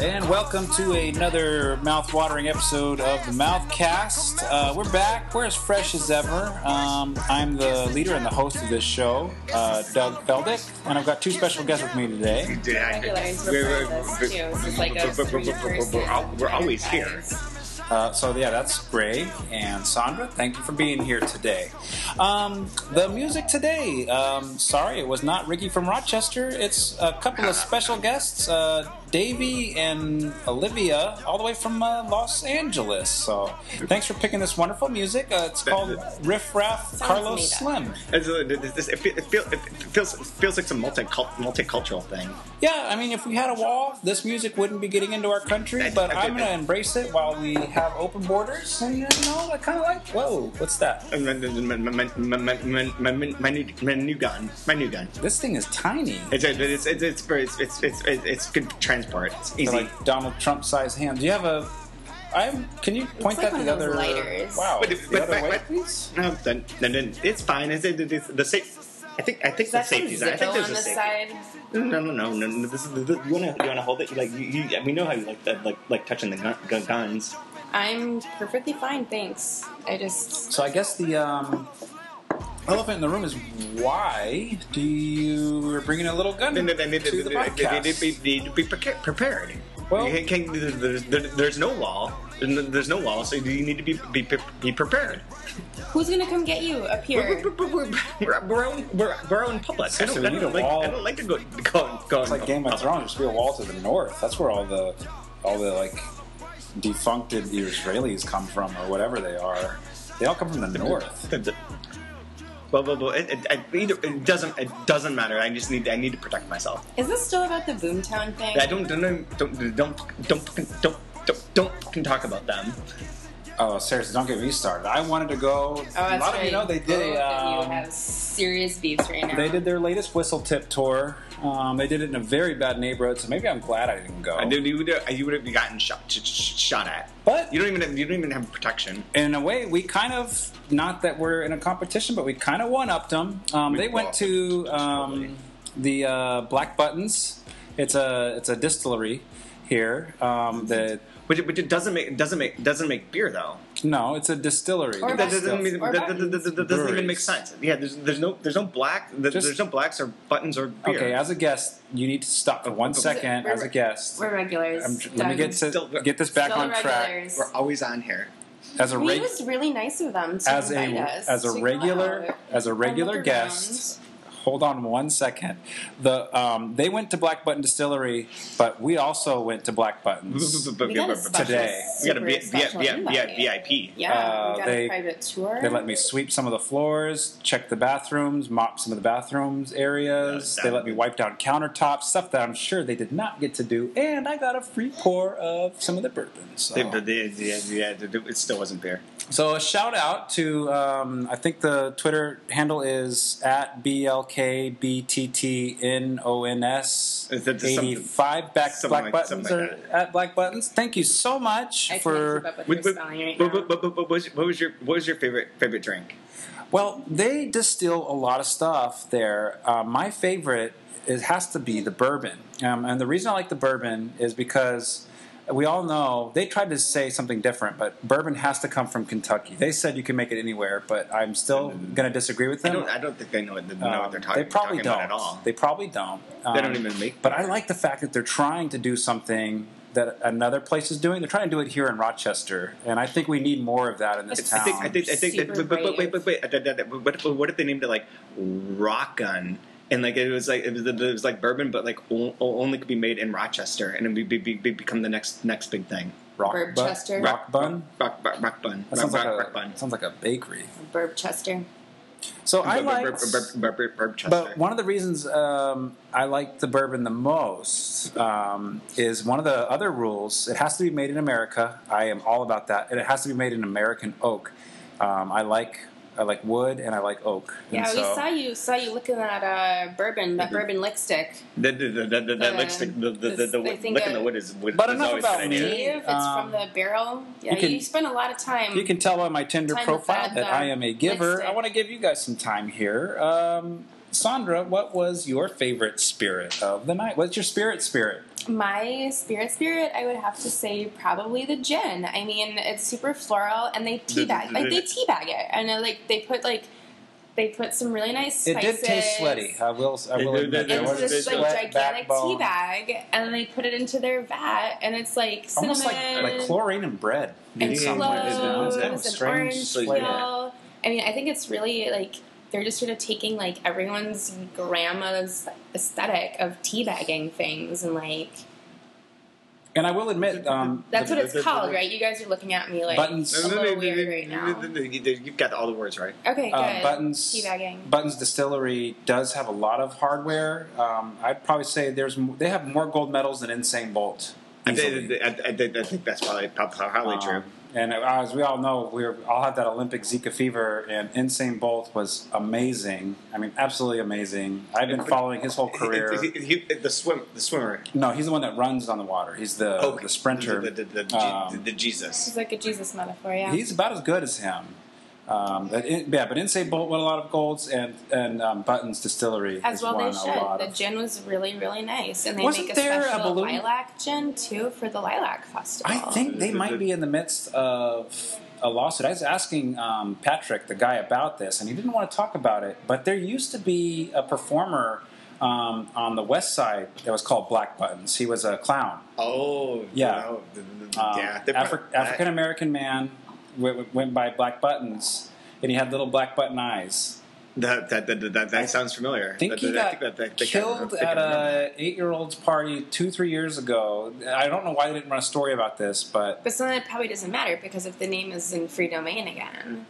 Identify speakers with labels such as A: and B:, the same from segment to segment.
A: And welcome to another mouth-watering episode of the Mouthcast. Uh, we're back. We're as fresh as ever. Um, I'm the leader and the host of this show, uh, Doug Feldick, and I've got two special guests with me today.
B: Regulars
C: We're-
B: refer to us,
C: we're-
B: too. It's just like a three-person
C: we're al- we're always here.
B: podcast.
A: Uh, so yeah, that's Gray and Sandra. Thank you for being here today. Um, the music today. Um, sorry, it was not Ricky from Rochester. It's a couple of special guests, uh, Davey and Olivia, all the way from uh, Los Angeles. So thanks for picking this wonderful music. Uh, it's called Riff Raff Carlos
B: made up.
A: Slim.
C: It's, uh, this- this- It feel- it feel- it feels it feels like some multi multicultural thing.
A: Yeah, I mean, if we had a wall, this music wouldn't be getting into our country.
C: That's-
A: But
C: I think
A: I'm going to
C: that-
A: embrace it while we have open borders. And you know, I kind of like. Whoa, what's that?
C: My, my, my, my, my, my, my, new, my new gun, my new gun.
A: This thing is tiny.
C: It's it's it's it's very- it's it's, it's, it's, it's good transport. It's
A: They're
C: easy.
A: like Donald Trump sized hand. Do you have a? I'm. Can you point
B: like
A: that
B: one
A: to
B: of
A: the
B: those
A: other?
B: lighters.
A: Wow.
C: But-
A: the
C: but-
A: other
C: but-
A: way,
C: but-
A: please.
C: no, then, then, then it's fine. It's, it, it's the safe. I think I think the
B: Is that
C: safety's.
B: some
C: I think
B: Zippo
C: there's
B: on
C: a
B: the
C: safety.
B: side?
C: No, no, no, no, no. This is this, you wanna you wanna hold it. Like you, you, we know how you like that, like like touching the gun, gun, guns.
B: I'm perfectly fine, thanks. I just
A: So I guess the um, elephant in the room is why do you we're bringing a little gun
C: Then
A: to
C: they- they- they-
A: the
C: they- they- they- they
A: podcast?
C: need to be preca- prepared.
A: Well-
C: You can't- there's, there- there's no wall. There's no wall, so you need to be be, be prepared.
B: who's gonna come get you up
C: We're,
B: here?
C: we're, we're, we're, we're, out, we're, we're out in public. I
A: Actually,
C: don't,
A: we
C: I
A: need
C: don't
A: a
C: like,
A: wall.
C: I don't like to go go, go
A: It's like Game of Thrones. There's be a wall to the north. That's where all the all the like defuncted Israelis come from, or whatever they are. They all come from the north.
C: Well, well, well it, it, it, either, it doesn't it doesn't matter. I just need I need to protect myself.
B: Is this still about the Boomtown thing?
C: I don't don't don't don't don't don't don't, don't, don't fucking talk about them.
A: Oh, seriously, don't get me started. I wanted to go.
B: Oh,
A: a
B: that's
A: lot of
B: right.
A: you know they did.
B: Both
A: a,
B: of
A: um,
B: you have serious beefs right now.
A: They did their latest whistle tip tour. Um, they did it in a very bad neighborhood, so maybe I'm glad I didn't go.
C: I knew you would you would have gotten shot sh- sh- shot at.
A: But-
C: you don't even have, you don't even have protection.
A: In a way, we kind of not that we're in a competition, but we kind of one upped them. Um,
C: We
A: they went
C: lost
A: to
C: it,
A: um,
C: totally.
A: the uh, Black Buttons. It's a it's a distillery here. Um, that
C: Which which it doesn't make it doesn't make it doesn't make beer though.
A: no, it's a distillery.
B: Or
C: That doesn't,
B: Buttons,
C: mean,
B: or
C: that, that, that, that- that doesn't even make
A: Breweries.
C: sense. Yeah, there's there's no there's no black there-
A: Just-
C: there's no blacks or buttons or beer.
A: Okay, as a guest, you need to
C: Oh,
A: stop for one second. As a guest,
B: We're regulars.
A: I'm, let me
B: Doug.
A: get
C: Still-
A: to, get this back
B: Still
A: on track.
B: regulars.
C: we're always on here.
A: As a
B: We
A: reg-
B: was really nice of them to
A: as
B: invite
A: a
B: us
A: as a
B: to go
A: regular
B: out
A: as a
B: and
A: regular
B: look
A: guest. Hold on one second. The um, they went to Black Button Distillery, but we also went to Black Buttons.
B: around. We got a special,
A: Today.
C: We got a V-
B: super
C: V-
B: special
C: V-
B: invite.
C: VIP.
B: Yeah,
A: Uh,
B: we got
A: they-
B: a private tour.
A: They let me sweep some of the floors, check the bathrooms, mop some of the bathrooms areas.
C: No,
A: They
C: that-
A: let me wipe down countertops, stuff that I'm sure they did not get to do. And I got a free pour of some of the bourbon. So.
C: They- they- they- yeah, they- it still wasn't beer.
A: So a shout out to um, I think the Twitter handle is at
C: Is that just
A: blkbttnons
C: something-
A: eighty five back
C: something
A: black
C: like-
A: buttons
C: something
A: or
C: like
A: at black buttons. Thank you so much
B: I can't keep
A: for
B: up with
C: What,
B: your
C: what,
B: spelling right
C: what-
B: now.
C: what- what- what was, what was your what was your favorite favorite drink?
A: well they distill a lot of stuff there. Uh, my favorite is has to be the bourbon, um, and the reason I like the bourbon is because. We all know they tried to say something different, but bourbon has to come from Kentucky. They said you can make it anywhere, but I'm still going to disagree with
C: Mm-hmm. I
A: them.
C: don't I don't think I know what, know
A: Um,
C: what they're talking,
A: they probably
C: talking
A: don't.
C: about at all.
A: They probably don't. Um,
C: They don't even make
A: But I like the fact that they're trying to do something that another place is doing. They're trying to do it here in Rochester, and I think we need more of that in this
C: I
A: town.
C: think I think I think that,
B: Super
C: but, but, but wait
B: brave.
C: but wait uh, that- that- what if, what if they named it like Rock Gun and like it was like it was, it was like bourbon but like o- o- only could be made in Rochester and it would be, be, be become the next next big thing.
A: rock,
B: Burb
A: bu-
B: Chester.
A: rock bun.
C: Rock rock, rock bun.
A: That
C: rock,
A: sounds like
C: rock,
A: a
C: rock bun.
A: sounds like a bakery.
B: Burb Chester.
A: So I
C: Bur- bur-
A: like.
C: bur- bur- bur- bur- bur- Chester.
A: But one of the reasons um, I like the bourbon the most um, is one of the other rules. It has to be made in America. I am all about that, and it has to be made in American oak. Um, I like I like wood, and I like oak.
B: Yeah,
A: and
B: we
A: so-
B: saw you saw you looking at uh, bourbon that
A: Mm-hmm.
C: Mhm.
B: bourbon lick stick.
C: The- the- the- the- the- that
B: Uh,
C: looks like the the the,
B: this-
C: the,
B: I
C: wood-
B: think
C: licking
B: I-
C: the wood is wood
A: But
C: is
A: enough
C: always
A: about
C: an
A: me.
C: idea.
B: Dave, it's
A: um,
B: from the barrel. Yeah,
A: you
B: you,
A: can-
B: spent a lot of time.
A: You can tell by my Tinder
B: Time to
A: profile
B: fat
A: that
B: down.
A: I am a giver.
B: Lipstick.
A: I want to give you guys some time here. Um, Sandra, what was your favorite spirit of the night? What's your spirit spirit?
B: My spirit spirit, I would have to say probably the gin. I mean, it's super floral and they teabag like they teabag it. And uh, like they put like they put some really nice
A: It
B: spices.
A: did taste sweaty. I will. I will
C: It- it-
A: admit
C: it
A: there
B: Into
A: was
C: was
B: this
C: big
B: like
A: sweat,
B: gigantic tea
A: backbone,
B: bag, and they put it into their vat, and it's like cinnamon,
A: almost like like chlorine and bread in
B: and
A: some ways.
B: cloves,
A: you know? It's kind of
B: and
A: strange
B: orange
A: flavor.
B: peel. I mean, I think it's really like they're just sort of taking like everyone's grandma's aesthetic of teabagging things, and like
A: And I will admit, um,
B: that's what
C: The-
B: it's
C: the-
B: called,
C: the-
B: right? You guys are looking at me like
A: Buttons.
B: a little weird right now.
C: You've got all the words right.
B: Okay, good.
A: uh, Buttons
B: Teabagging.
A: Buttons Distillery does have a lot of hardware. Um, I'd probably say there's m- they have more gold medals than Insane Bolt.
C: I,
A: easily.
C: I, I, I- I think that's probably prob- probably true.
A: Um, and uh, as we all know, we were, all had that Olympic Zika fever, and Insane Bolt was amazing. I mean, absolutely amazing. I've been following his whole career.
C: He- he- he- the swim, the swimmer.
A: No, he's the one that runs on the water. He's the, Oh, the sprinter.
C: the, the, the, the,
A: Um,
C: the Jesus.
B: It's like a Jesus metaphor, yeah.
A: He's about as good as him. Um, but in, yeah, but Insane Bolt won a lot of golds, and and um, Buttons Distillery
B: As
A: has
B: well
A: won
B: they
A: a lot.
B: should. The
A: of-
B: gin was really, really nice. And they
A: Wasn't
B: make a
A: there a
B: special
A: balloon-
B: lilac gin too for the lilac festival.
A: I think they might be in the midst of a lawsuit. I was asking um, Patrick, the guy, about this, and he didn't want to talk about it. But there used to be a performer um, on the West Side that was called Black Buttons. He was a clown,
C: Oh,
A: Yeah.
C: wow. The- the- the-
A: um,
C: yeah. they're pro- I-
A: African American man, w- went by Black Buttons, and he had little black button eyes.
C: That that that, that, that, that sounds familiar.
A: I think
C: that,
A: he
C: that-
A: got
C: I think that- that- that-
A: killed
C: that-
A: at a eight-year-old's party two, three years ago. I don't know why they didn't run a story about this, but
B: But so then it probably doesn't matter because if the name is in free domain again.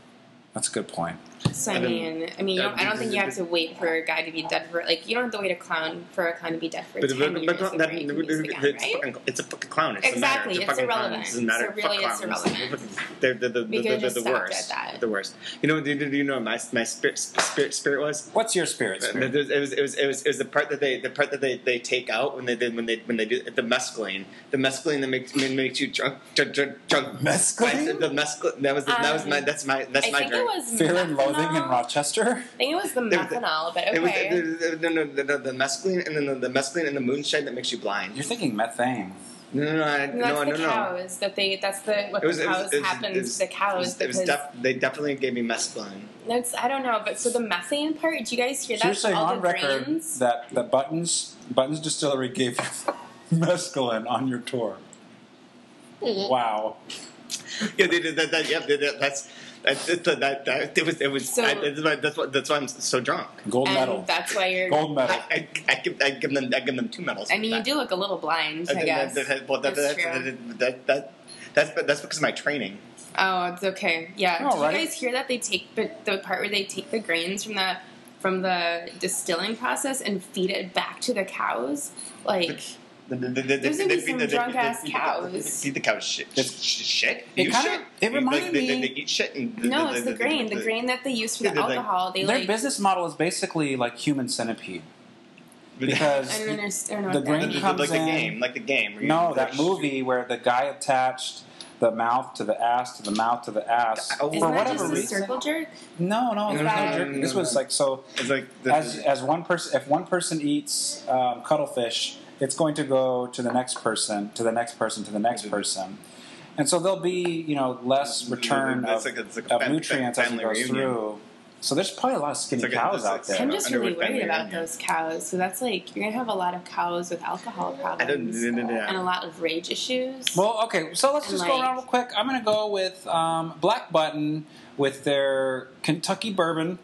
A: that's a good point.
B: So I
C: I don't-
B: mean, I mean, you don't, I don't think you have to wait for a guy to be dead for like you don't have to wait a clown for a clown to be dead for
C: But,
B: ten
C: but, but,
B: years
C: but,
B: before
C: that,
B: you can use it again,
C: it's,
B: right?
C: fucking, it's a fucking clown. It doesn't
B: Exactly,
C: matter. It's,
B: it's
C: a fucking clown.
B: irrelevant.
C: It doesn't matter.
B: So really
C: Fuck
B: it's
C: clowns.
B: irrelevant.
C: They're, they're, they're,
B: We
C: they're,
B: could've
C: they're,
B: just
C: the
B: stopped
C: worst.
B: at that.
C: The worst. You know, do, do, do you know what my, my spirit, spirit, spirit was?
A: What's your spirit?
C: It
A: spirit?
C: was, it was it was it was it was the part that they the part that they, they take out when they did when they when they do the mescaline the mescaline that makes makes you drunk drunk drunk, drunk.
A: Mescaline?
C: the mescaline that was the, that was my
B: Um,
C: that's my that's
B: I
C: my
B: think it
C: drink.
B: was
A: Fear and loathing in
B: methanol.
A: Rochester.
B: I think it was the
C: There was-
B: methanol, but okay.
C: It was the, the, no, no, the, the mescaline and then the, the mescaline and the moonshine that makes you blind.
A: You're thinking methane.
C: No, no, no, I,
B: And that's
C: no, no,
B: the
C: no.
B: cows that they. That's the what
C: It was,
B: the
C: it
B: cows
C: was, it was,
B: happens
C: it
B: to
C: was,
B: the cows
C: It was, it was
B: because
C: def- they definitely gave me mescaline.
B: That's I don't know, but so the methane part, did you guys hear
A: So you're
B: that?
A: saying
B: All
A: on
B: the
A: record
B: brains.
A: that the Buttons Buttons Distillery gave you mescaline on your tour.
B: Mm-hmm.
A: Wow.
C: Yeah, they did that. that yeah, they did, that's that's that, that, that, it was it was.
B: So-
C: I, that's why that's why, that's why I'm so drunk.
A: Gold
B: and
A: medal.
B: that's why you're.
A: Gold medal.
C: I, I, I give I give them I give them two medals.
B: I
C: for
B: mean, you
C: that. Uh,
B: do look a little blind, I
C: that-
B: guess.
C: that- that- well, that-
B: That's
C: that-
B: true.
C: that- that- that- That's that's because of my training.
B: Oh, it's okay. Yeah.
A: All
B: Do
A: right.
B: you guys hear that they take the, the part where they take the grains from the from the distilling process and feed it back to the cows? Like
C: There's
B: gonna be some drunk-ass cows.
C: Feed the cows shit.
A: It's-
C: sh- shit.
A: it
C: You
A: kinda-
C: shit?
A: it
C: You-
A: reminded
C: like, they-
A: me-
C: They, they eat shit. And
B: no, it's the grain, the grain that they use for the
C: They're like-
B: alcohol. They
A: Their
B: like.
A: business model is basically like human centipede
B: I
A: because
B: don't understand.
A: The
B: what that
A: grain
B: means.
A: comes
C: like the
A: in-
C: game, like the game. where you-
A: no, that movie where the guy attached the mouth to the ass to the mouth to the ass
C: Oh.
A: for
B: Isn't
C: for
B: that
A: whatever
B: just a
A: reason.
B: circle jerk?
A: No, no, it was
B: No,
A: not
B: no,
A: a
B: no,
A: jerk.
C: no,
A: this
C: no,
A: was
C: no.
A: like so.
C: It's like the,
A: as as one person if one person eats um, cuttlefish it's going to go to the next person to the next person to the
C: Mm-hmm.
A: next person and so there'll be you know less return of,
C: It's Mm-hmm. like- it's like a
A: of
C: fam-
A: nutrients as it
C: family
A: goes
C: reunion.
A: through so there's probably a lot of skinny
C: It's like a-
A: cows
C: it's like-
A: out there
B: I'm just really
C: Underwood family
B: worried about
C: reunion.
B: those cows. So that's like you're gonna have a lot of cows with alcohol
C: I don't.
B: problems
C: no, no, no.
B: and a lot of rage issues.
A: well okay so let's just go
B: Like-
A: around real quick i'm going to go with um, black button with their kentucky bourbon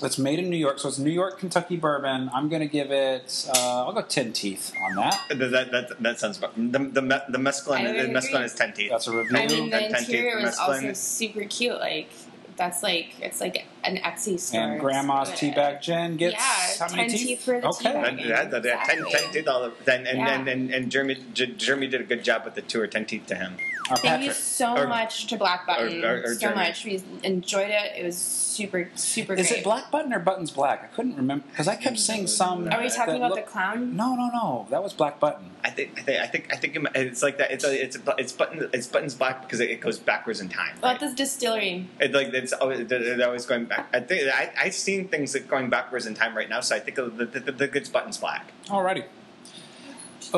A: that's made in new york so it's new york kentucky bourbon i'm going to give it uh, i'll go 10 teeth on that
C: That, that, that, that sounds about, the the me- the
B: I
C: mescaline the
B: would
C: mescaline
B: agree.
C: is ten teeth.
A: that's a review
B: I mean,
C: that
B: the
C: tend to
B: interior was
C: masculine-
B: also super cute. Like that's like it's like an Etsy store.
A: And grandma's
B: But-
A: teabag gin gets
B: Yeah,
A: how many
B: 10
A: teeth?
B: teeth for the
A: okay.
B: teabag.
C: That, that, that, that, ten,
B: Exactly.
C: ten teeth all over. Then, and,
B: Yeah.
C: and, and, and Jeremy, J- Jeremy did a good job with the tour. Ten teeth to him.
A: Our
B: Thank you
A: Patrick.
B: so
C: Or-
B: much to Black Button.
C: or- or
B: so
C: Jeremy.
B: much. We enjoyed it. It was super, super
A: Is
B: great.
A: it Black Button or Buttons Black? I couldn't remember because I kept seeing some.
B: Are we talking
A: that
B: about
A: looked-
B: the clown?
A: No, no, no. That was Black Button.
C: I think I think I think I think it might- it's like that. It's a, it's a, bu- it's button it's buttons black because it, it goes backwards in time.
B: Well,
C: right?
B: at this distillery.
C: It, like it's always, they're always going back. I think I I've seen things that going backwards in time right now, so I think the the, the, the good's buttons black.
A: Alrighty.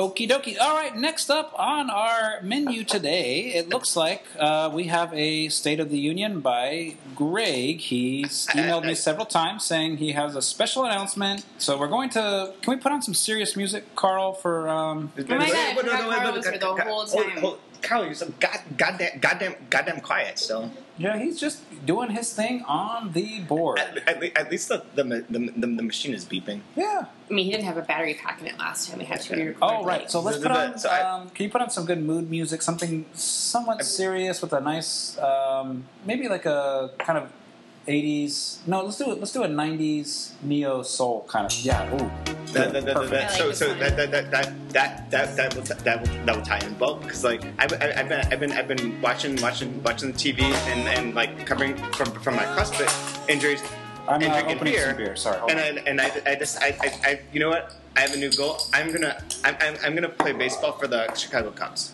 A: Okie dokie. All right, next up on our menu today, it looks like uh, we have a State of the Union by Greg. He's emailed me several times saying he has a special announcement. So we're going to. Can we put on some serious music, Carl, for. Um,
C: Oh
B: my God, I forgot Carl was here the whole time.
C: Carl, you're so god, goddamn, goddamn, goddamn quiet still.
A: yeah, he's just doing his thing on the board.
C: At, at, le- at least the the, the, the the machine is beeping.
A: Yeah.
B: I mean, he didn't have a battery pack in it last time. We had to re-record.
A: Oh right. So let's
C: The- the-
A: put on.
C: so I-
A: um, can you put on some good mood music? Something somewhat serious with a nice, um, maybe like a kind of '80s. No, let's do it. Let's do a '90s neo soul kind of. Yeah. Ooh.
C: That,
A: good,
C: that, that, that,
A: perfect.
C: that,
B: I
C: so
B: like
C: so
B: this
C: that that that that that that that will, that will that will tie in well because like I've, I've I've been I've been I've been watching watching watching the TV and, and like covering from from my CrossFit injuries
A: I'm
C: and
A: uh,
C: drinking
A: opening some beer. Sorry. Hold
C: and
A: on.
C: I and I, I just I, I, I you know what I have a new goal I'm gonna I'm, I'm, I'm gonna play baseball for the Chicago Cubs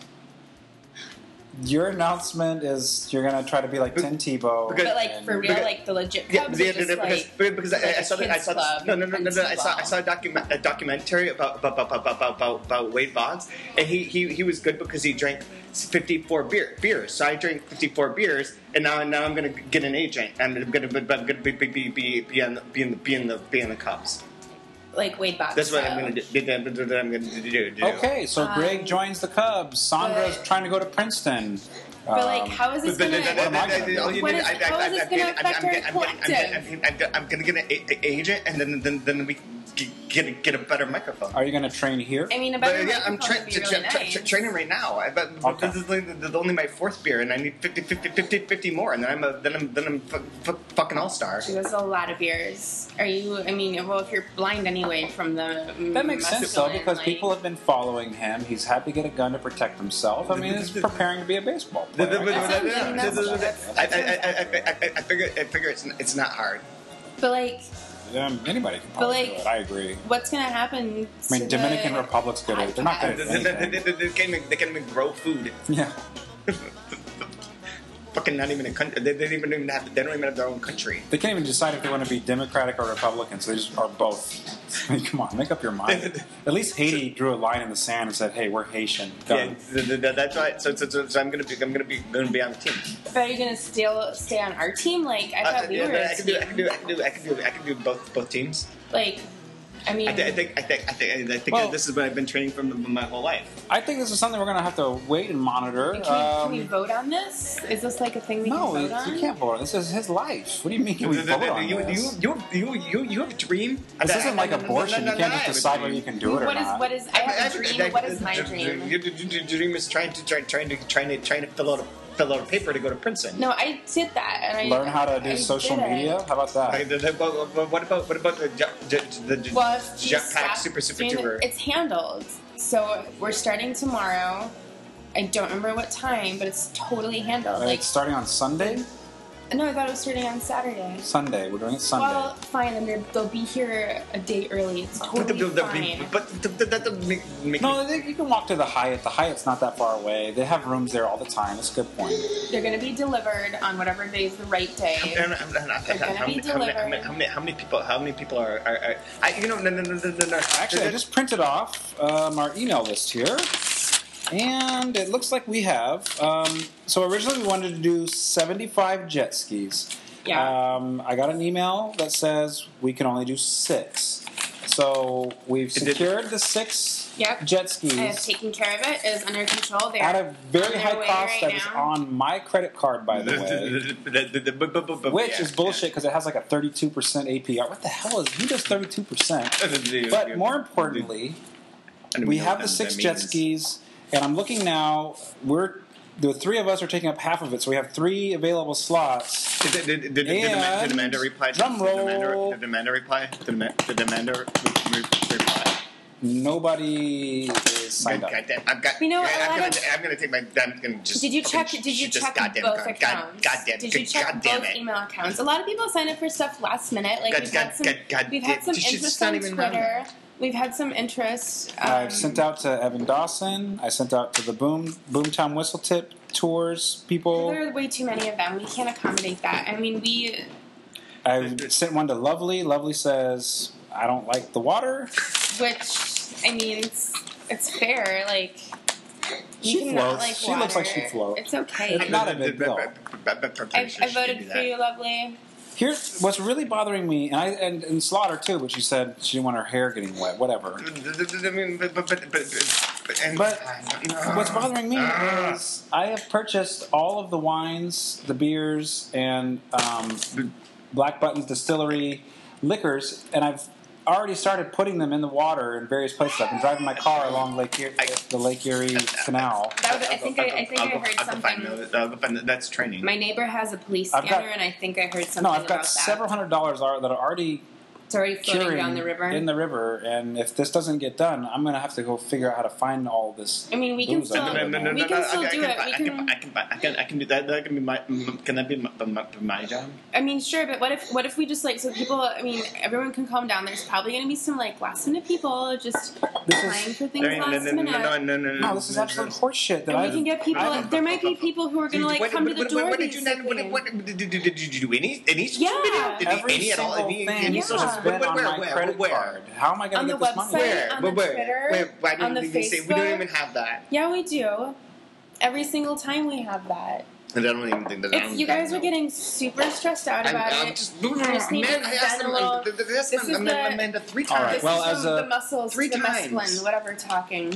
A: Your announcement is you're gonna try to be like
C: Be-
A: Tim Tebow.
C: because-
B: But like for real,
C: Because-
B: like the legit
C: yeah,
B: Cubs
C: yeah,
B: are just
C: yeah, because,
B: like um,
C: because, because
B: like
C: I, I
B: a
C: saw the, I
B: kids'
C: saw this,
B: club
C: no no no
B: and
C: no, no I saw I
B: football.
C: saw a, docu- a documentary about about, about, about, about about Wade Boggs and he, he he was good because he drank 54 beer beers so I drank 54 beers and now now I'm gonna get an agent and I'm gonna but I'm gonna be be be be, be, on, the- be in the be in the be in the Cubs
B: like Wade Box.
C: that's what I'm gonna do that I'm gonna do, do.
A: Okay, so Greg
B: Um,
A: joins the Cubs. Sandra's
B: but-
A: trying to go to Princeton.
B: But like,
A: Um,
B: how is this
C: But then-
B: gonna?
C: then-
A: What
C: then-
A: am I
C: then-
A: gonna
C: all you
B: do?
C: need-
B: What is-
C: I- I-
B: how is
C: I-
B: this
C: I'm
B: gonna
C: gonna-
B: affect our
C: I'm gonna- I'm gonna- I'm
B: collective?
C: gonna- I'm gonna- I'm gonna get an a- a- agent, and then then then we g- get a- get a better microphone.
A: are you gonna train here?
B: I mean, about
C: But yeah, I'm tra-
B: be
C: tra-
B: really
C: tra- tra-
B: nice.
C: training right now. I, but, but
A: Okay.
C: this, is like, this is only my fourth beer, and I need 50, 50, 50, 50 more, and then I'm a, then I'm then I'm f- f- fucking all star.
B: She was a lot of beers. Are you? I mean, well, if you're blind anyway from the
A: That makes sense though,
B: masculine,
A: because
B: like-
A: people have been following him. He's had to get a gun to protect himself. I mean, he's preparing to be a baseball
C: I
A: player. I guess.
C: I- I- I- I figure I figure it's it's not hard.
B: But like,
A: Um, anybody can probably
B: like-
A: do it. I agree.
B: what's gonna happen?
A: I mean,
B: to
A: Dominican
B: the,
A: Republic's good at it. They're not
C: They
A: good at anything.
C: they- they can't even- they can't even grow food.
A: Yeah.
C: Fucking not even a country. They, they don't even have they don't even have their own country.
A: They can't even decide if they want to be Democratic or Republican, so they just are both. I mean, come on, make up your mind. At least Haiti drew a line in the sand and said, hey, we're Haitian.
C: Yeah,
A: Done.
C: th- th- th- that's why. So, so, so, so I'm gonna be, I'm gonna be, gonna be on the team.
B: But are you gonna still stay on our team? Like, I
C: Uh,
B: thought we
C: yeah,
B: were.
C: but
B: a
C: I can do, I
B: team.
C: can do, I can do, I can do, I can do both, both teams.
B: Like, I mean,
C: I, th- I think, I think, I think, I think
A: Well-
C: this is what I've been training for m- my whole life.
A: I think this is something we're going to have to wait and monitor.
B: can, we,
A: Um,
B: can we vote on this? Is this like a thing we
A: no,
B: can vote
A: you
B: on?
A: can't vote on this. This is his life. What do you mean can we
C: Th- th-
A: vote
C: th-
A: on
C: you,
A: this?
C: you, you, you, you, you have a dream.
A: This
C: I-
A: isn't
C: I-
A: like
C: I- no, no,
A: abortion.
C: no,
A: You can't just
C: no, I have a
A: decide whether
C: dream.
A: you can do it or
B: What is
A: not.
B: what is? I have a dream. What is my dream?
C: Your dream is trying to try- trying to trying to trying to fill out a fill out a paper to go to Princeton.
B: No, I did that, and I
A: Learn how to do
B: I
A: social
B: did it.
A: media. How about that?
C: Like, th- th- What what- what about what about the jet- jet- the jet-
B: Well, if you
C: jetpack
B: stop
C: super super
B: doing it-
C: duper?
B: It's handled. So we're starting tomorrow. I don't remember what time, but it's totally handled.
A: Uh,
B: Like
A: it's starting on Sunday.
B: no, I thought it was starting on Saturday.
A: Sunday. We're doing it Sunday.
B: Well, fine, then they're- they'll be here a day early. It's
C: But the-
B: totally
C: the- the-
B: fine.
C: But the- the- that doesn't make make me
A: no, they, you can walk to the Hyatt. The Hyatt's not that far away. They have rooms there all the time. That's a good point.
B: They're going to be delivered on whatever day is the right day.
C: No, no, I'm not- I'm not-
B: They're gonna
C: how
B: be
C: many- how many- how many-
B: delivered.
C: how many- How many people? How many people are? are, are I, you know, no, no, no, no, no, no.
A: Actually, I just printed off um, our email list here, and it looks like we have. Um, so originally we wanted to do seventy-five jet skis.
B: Yeah.
A: Um, I got an email that says we can only do six. So we've
C: It did-
A: secured the six
B: Yep.
A: jet
B: I have
A: skis.
B: taken care of it. It is under control. They're
A: at a very
B: on
A: high
B: their way
A: cost
B: right
A: that is
B: now.
A: on my credit card, by the way.
C: Oh,
A: Which is bullshit because it has like a 32% APR. What the hell is who does 32%? But more importantly, we have the six jet skis, and I'm looking now. We're the three of us are taking up half of it, so we have three available slots.
C: Did, did, did, did, did, the man- did the Amanda reply?
A: Drum
C: Did the Amanda-
A: roll.
C: Did the Amanda reply? Did the Ma- did the Amanda re- re- reply?
A: nobody is signed up.
C: Goddamn, I've got.
B: You know, a
C: I'm,
B: lot
C: gonna,
B: of-
C: I'm gonna take my. I'm gonna Oh, just.
B: Did you
C: fucking
B: check? Did you
C: shoot this
B: check
C: goddamn
B: both
C: gun.
B: accounts?
C: God, goddamn.
B: did you check
C: goddamn
B: both
C: it.
B: email accounts? A lot of people sign up for stuff last minute. Like
C: God-
B: we've had
C: God-
B: some,
C: God- God-
B: we've had some
C: it's just
B: interest
C: not
B: on
C: even relevant.
B: Twitter. We've had some interest. Um,
A: I've sent out to Evan Dawson. I sent out to the Boom Boomtown Whistle Tip tours people.
B: There are way too many of them. We can't accommodate that. I mean, we.
A: I sent one to Lovely. Lovely says, "I don't like the water."
B: Which I mean, it's, it's fair. Like you
A: She
B: cannot
A: floats.
B: like
A: She looks like she
B: water.
A: floats.
B: It's okay.
A: It's not a big deal.
B: I, I voted for you, lovely.
A: Here's what's really bothering me, and I and, and Slaughter too, but she said she didn't want her hair getting wet. Whatever.
C: I mean, but, but, but, but, but, and,
A: But
C: Ah.
A: What's bothering me
C: Ah.
A: is I have purchased all of the wines, the beers, and um, Black Buttons Distillery liquors, and I've already started putting them in the water in various places. I've been driving my car along Lake Erie, the Lake Erie Canal.
B: That would, I think I, I think I
C: I'll go-
B: heard
C: I'll go find
B: something.
C: those. I'll go find those. That's training.
B: My neighbor has a police
A: I've
B: scanner,
A: got-
B: and I think I heard something
A: No, I've got
B: about
A: several
B: that.
A: hundred dollars are- that are already
B: It's already floating
A: curing
B: down the river.
A: in the river, and if this doesn't get done, I'm going to have to go figure out how to find all this.
B: I mean, we can
A: booze
B: still-
A: under
C: no, no,
A: there.
C: no,
B: We
C: no,
B: can
C: no,
B: still
C: I, I
B: do
C: can,
B: it.
C: buy-
B: We
C: I can,
B: can-
C: buy- I can, buy- I can, I can do that. That can be my, mm, can that be my, my, my job?
B: I mean, sure, but what if what if we just like so people? I mean, everyone can calm down. There's probably going to be some like last minute people
A: This is-
B: just applying for things
C: No, no,
B: last
C: no, no,
B: minute.
C: no, no, no,
A: No, Oh, this is
C: no,
A: absolute
C: no.
A: horseshit. That
B: and we
A: I've-
B: can get people.
A: I've-
B: there might be people who are going to like
C: What-
B: come
C: what-
B: to the
C: what-
B: door.
C: What did
B: to
C: you
B: use
C: not? What,
B: something.
C: what, did, did, did, did you do any? Any
B: Yeah.
C: stupid video? Did
A: Every
C: any at all?
A: single
C: Any,
A: thing
C: any
B: Yeah.
A: has
C: social?
A: been
C: Where,
A: on
C: where,
A: my
C: where,
A: credit
C: where?
A: card. How am I going
B: On
A: to
B: the
A: get this money?
B: website.
C: Where?
B: on
C: But
B: the
C: where?
B: Twitter,
C: Where? Why
B: on
C: didn't
B: the
C: even say we don't
B: Facebook.
C: even have that?
B: Yeah, we do. Every single time we have that,
C: And I don't even think that. I
B: it's,
C: don't
B: you guys
C: know.
B: are getting super stressed out
C: I'm,
B: about
C: I'm
B: it.
C: just,
B: You just need
C: man,
B: to
C: I asked
B: spend a
C: them.
B: little-
C: I asked
B: This is
C: them.
B: the-
C: Amanda three
A: All right,
C: times.
B: This
A: well,
B: is
A: as
B: the,
A: a-
B: the muscles,
C: Three
B: the
C: times.
B: mescaline, whatever talking.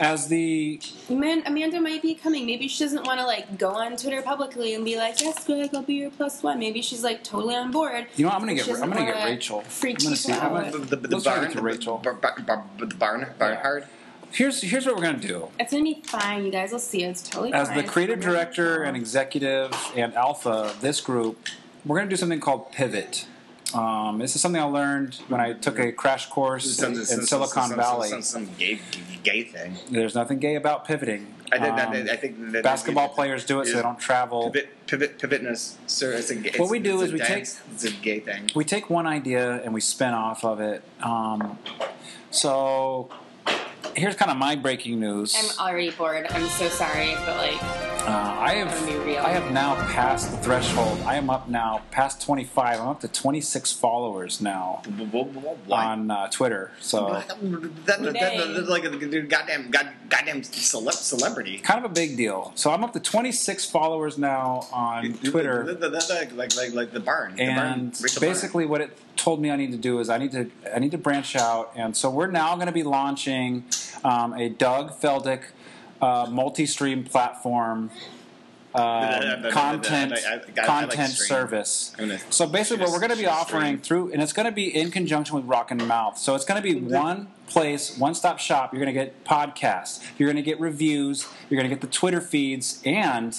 A: As the
B: Man, Amanda might be coming. Maybe she doesn't want to like go on Twitter publicly and be like, "Yes, Greg, I'll be your plus one." Maybe she's like totally on board.
A: You know, I'm gonna get
B: She's
A: I'm gonna
B: more
A: get Rachel. I'm
B: freaky
A: gonna see.
B: than
A: I'm
B: I
A: gonna,
C: The, the, the, the
A: Let's try to
C: barn,
A: get to Rachel.
C: The, bar- bar- bar- the barn, Barnhard.
A: here's here's what we're gonna do.
B: It's gonna be fine. You guys will see. It's totally
A: As
B: fine.
A: the creative
B: It's gonna be
A: director and
B: fine.
A: executive and alpha of this group, we're gonna do something called pivot. Um, this is something I learned when I took a crash course in,
C: Some-
A: in
C: some- some-
A: Silicon
C: some-
A: Valley.
C: Some, some, some gay, gay thing.
A: There's nothing gay about pivoting.
C: I think
A: Um,
C: that, I think that
A: basketball players do it so
C: is
A: they don't travel.
C: Pivot, pivot, pivotness, sir. It's a, it's,
A: What we do is
C: it's a
A: we
C: dance, It's a gay thing.
A: we take one idea and we spin off of it. Um, so here's kind of my breaking news.
B: I'm already bored. I'm so sorry, but like,
A: Uh, I
B: Gonna be real.
A: have I have now passed the threshold. I am up now past 25. I'm up to 26 followers now
C: Wha- wha- wha- Why?
A: on uh, Twitter. So
C: That, that, that, that, that's like a dude, goddamn, god, goddamn celeb, celebrity.
A: kind of a big deal. So I'm up to 26 followers now on
C: That-
A: Twitter.
C: that- that- that- like, like, like the barn. the barn,
A: And
C: Rachel
A: basically, what it told me I need to do is I need to I need to branch out, and so we're now going to be launching um, a Doug Feldick uh, multi-stream platform um, content
C: I- I- I- I like
A: content
C: stream.
A: service.
C: I'm gonna-
A: So basically, what we're going to be
C: Just- just
A: offering through, and it's going to be in conjunction with Rock and Mouth. So it's going to be one place, one stop shop. You're going to get podcasts, you're going to get reviews, you're going to get the Twitter feeds, and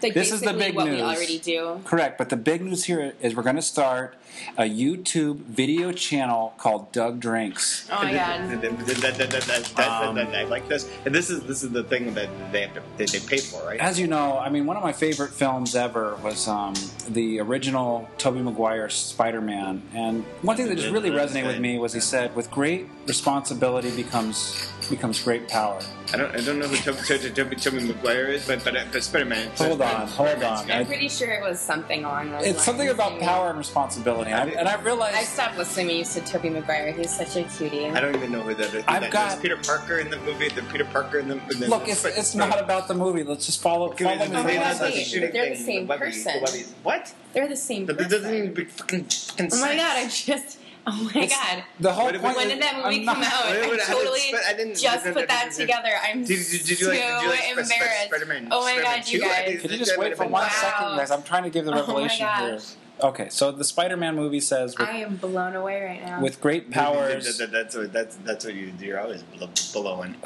B: like
A: this is the
B: basically
A: big
B: what
A: news.
B: we already do.
A: Correct, but the big news here is we're going to start a YouTube video channel called Doug Drinks.
B: Oh my god.
A: Um.
C: I like this. And this is this is the thing that they have to, that they pay for, right?
A: As you know, I mean, one of my favorite films ever was um, the original Tobey Maguire Spider-Man, and one thing that just really resonated with me was he said, "With great responsibility becomes becomes great power."
C: I don't I don't know who Toby Toby, Toby, Toby Maguire is, but but, but Spider Man.
A: Hold on, hold on.
B: I'm
A: I,
B: pretty sure it was something along those lines.
A: it's something about
B: Maybe.
A: power and responsibility, and I, and I
B: I
A: realized
B: stopped listening when you said Toby Maguire. He was such a cutie.
C: I don't even know who that is.
A: I've
C: that is.
A: got-
C: Peter Parker in the movie. The Peter Parker in the. In the
A: look, it's, it's not about the movie. Let's just follow
C: Give
A: follow
C: me the-
A: me
C: the-
A: the
B: wait,
C: the- the
B: wait.
A: message.
C: shooting
B: They're the
C: thing,
B: same
C: webby,
B: person.
C: webby. What?
B: They're the same
C: That that doesn't even
B: person.
C: be fucking fucking.
B: Oh my god! I just. Oh my
A: It's-
B: god.
A: The whole
C: Wait a
A: point.
B: When
A: is-
B: did that movie
A: I'm
B: come
A: not-
B: out?
C: Wait, wait, I
B: I
C: didn't
B: totally
C: expect- I didn't-
B: just
C: did-
B: put
C: did-
B: that
C: did-
B: together. I'm
C: Did, did, did you like, did
B: so
C: you like Sp- Sp-
B: embarrassed.
C: Spider-Man,
B: oh my
C: Spider-Man
B: god, you
C: 2? I
B: guys.
C: did-
A: Can you just
C: That
A: wait
C: would've
A: for
C: been
A: one
B: wow.
A: second, guys? I'm trying to give the
B: Oh my
A: revelation here.
B: gosh.
A: Okay, so the Spider-Man movie says with,
B: I am blown away right now.
A: with great
C: That-
A: powers,
C: that- that's what that's that's what you do. You're always blo- blowing.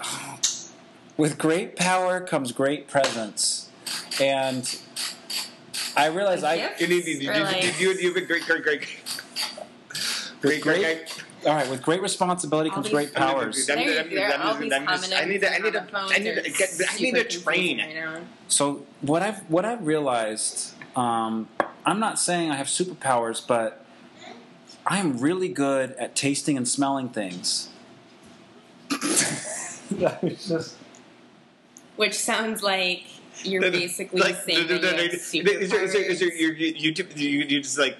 A: with great power comes great presence, and I realize I
B: Gift?
C: You need you, you,
B: Or like-
C: you, you, you have a great great great. Great,
A: With
C: great,
A: great-
C: great.
A: All right, with great responsibility comes
B: I'll be-
A: great
C: I'm gonna-
A: powers.
B: There you-
C: I'm gonna-
B: there are
C: I'm
B: all
C: gonna-
B: these
C: I'm just- I
B: hominins
C: need to. I
B: and
C: need to. I need to
B: homophones
C: get.
B: are
C: I need
B: super
C: to
B: confusing
C: train.
B: right now.
A: So what I've what I've realized, um, I'm not saying I have superpowers, but I'm really good at tasting and smelling things. It's just-
B: Which sounds like you're
C: Like-
B: basically
C: like,
B: saying
C: the- the-
B: that you have
C: the- is there, is there, is there,
B: superpowers.
C: your, your, you, tip- you, you just like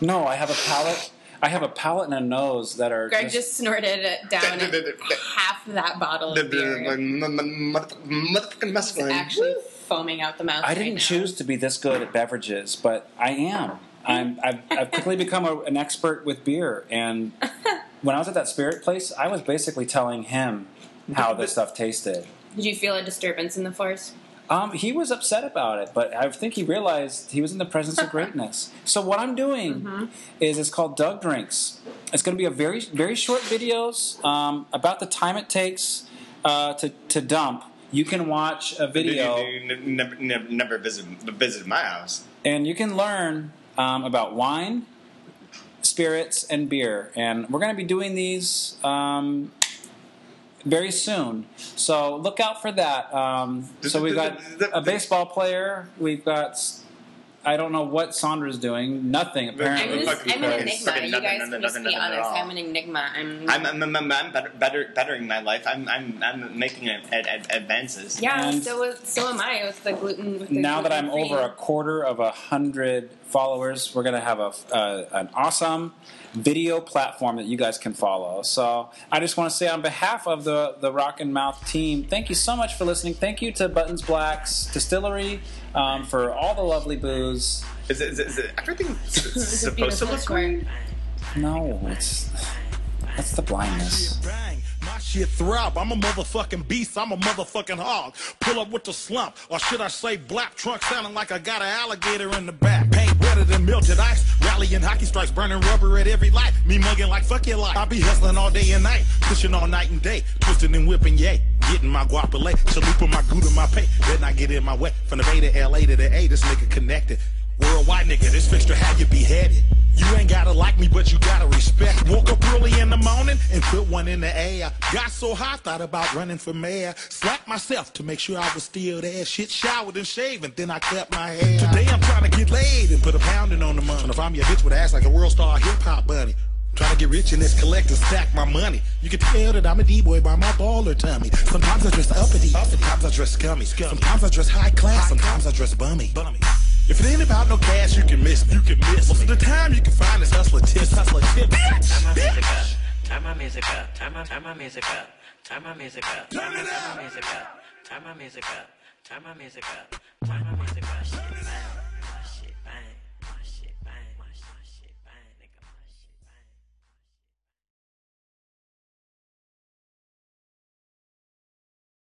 A: no, I have a palate. I have a palate and a nose that are.
B: Greg just snorted it down
C: The- the- the- the-
B: half of that bottle
C: the,
B: of
C: the,
B: beer.
C: m- m- motherfucking motherfucking
B: It's
C: masculine.
B: actually foaming out the mouth.
A: I
B: right
A: didn't
B: now.
A: choose to be this good at beverages, but I am. I'm, I've, I've quickly become a, an expert with beer. And when I was at that spirit place, I was basically telling him how this stuff tasted.
B: Did you feel a disturbance in the force?
A: Um, he was upset about it, but I think he realized he was in the presence of greatness. So what I'm doing is it's called Doug Drinks. It's going to be a very very short videos um, about the time it takes uh, to to dump. You can watch a video
C: You- you- you Never, never, never visit, visit my house.
A: and you can learn um, about wine, spirits, and beer. And we're going to be doing these um, very soon. So look out for that. Um, so we've got a baseball player. We've got. I don't know what Sandra's doing. Nothing
B: I'm,
A: apparently.
B: just,
C: Fucking
B: I'm an
A: because-
B: enigma.
C: fucking
B: You
C: nothing,
B: guys
C: nothing,
B: can just be
C: nothing at
B: honest.
C: all.
B: I'm an enigma. I'm.
C: I'm, I'm, I'm, I'm better, better, bettering my life. I'm, I'm, I'm making ad, ad, ad, advances.
B: yeah,
A: and-
B: so is- so am I with the gluten. With the
A: now that I'm
B: gluten-free.
A: over a quarter of a hundred followers, we're gonna have a uh, an awesome video platform that you guys can follow. So I just want to say on behalf of the the Rock and Mouth team, thank you so much for listening. Thank you to Buttons Blacks Distillery um, for all the lovely booze.
C: Is, it, is, it, is it everything
B: This is a
C: supposed to
B: beautiful
C: look
B: square.
C: green?
A: No, it's that's the blindness.
D: shit bang. My shit throb. I'm a motherfucking beast. I'm a motherfucking hog. Pull up with the slump, or should I say black trunk sounding like I got an alligator in the back. Paint wetter than melted ice. Rallying hockey strikes, burning rubber at every light. Me mugging like fuck your life. I be hustling all day and night, pushing all night and day, twisting and whipping, yay. Getting my guapole, salute my goo to my pay. Then I get in my way from the Bay to LA to the A. This nigga connected. Worldwide nigga, this fixture how you be headed. You ain't gotta like me, but you gotta respect. Woke up early in the morning and put one in the air. Got so high, thought about running for mayor. Slapped myself to make sure I was still there. Shit showered and shaved, and then I cut my hair. Today I'm trying to get laid and put a pounding on the money. Tryna find me a bitch with ass like a world star hip hop bunny. Trying to get rich in this collector, stack my money. You can tell that I'm a D-boy by my baller tummy. Sometimes I dress uppity, sometimes I dress scummy. Sometimes I dress high class, sometimes I dress bummy. If it ain't about no cash, you can miss me. You can miss Most of the time, you can find this hustler tips, hustler tips.
E: Turn my
D: Bitch,
E: music
D: bitch.
E: up. Turn my music up. Turn my turn my music up. Turn my music up. Turn my music up. Turn my music up. Turn my music up. Turn my music up.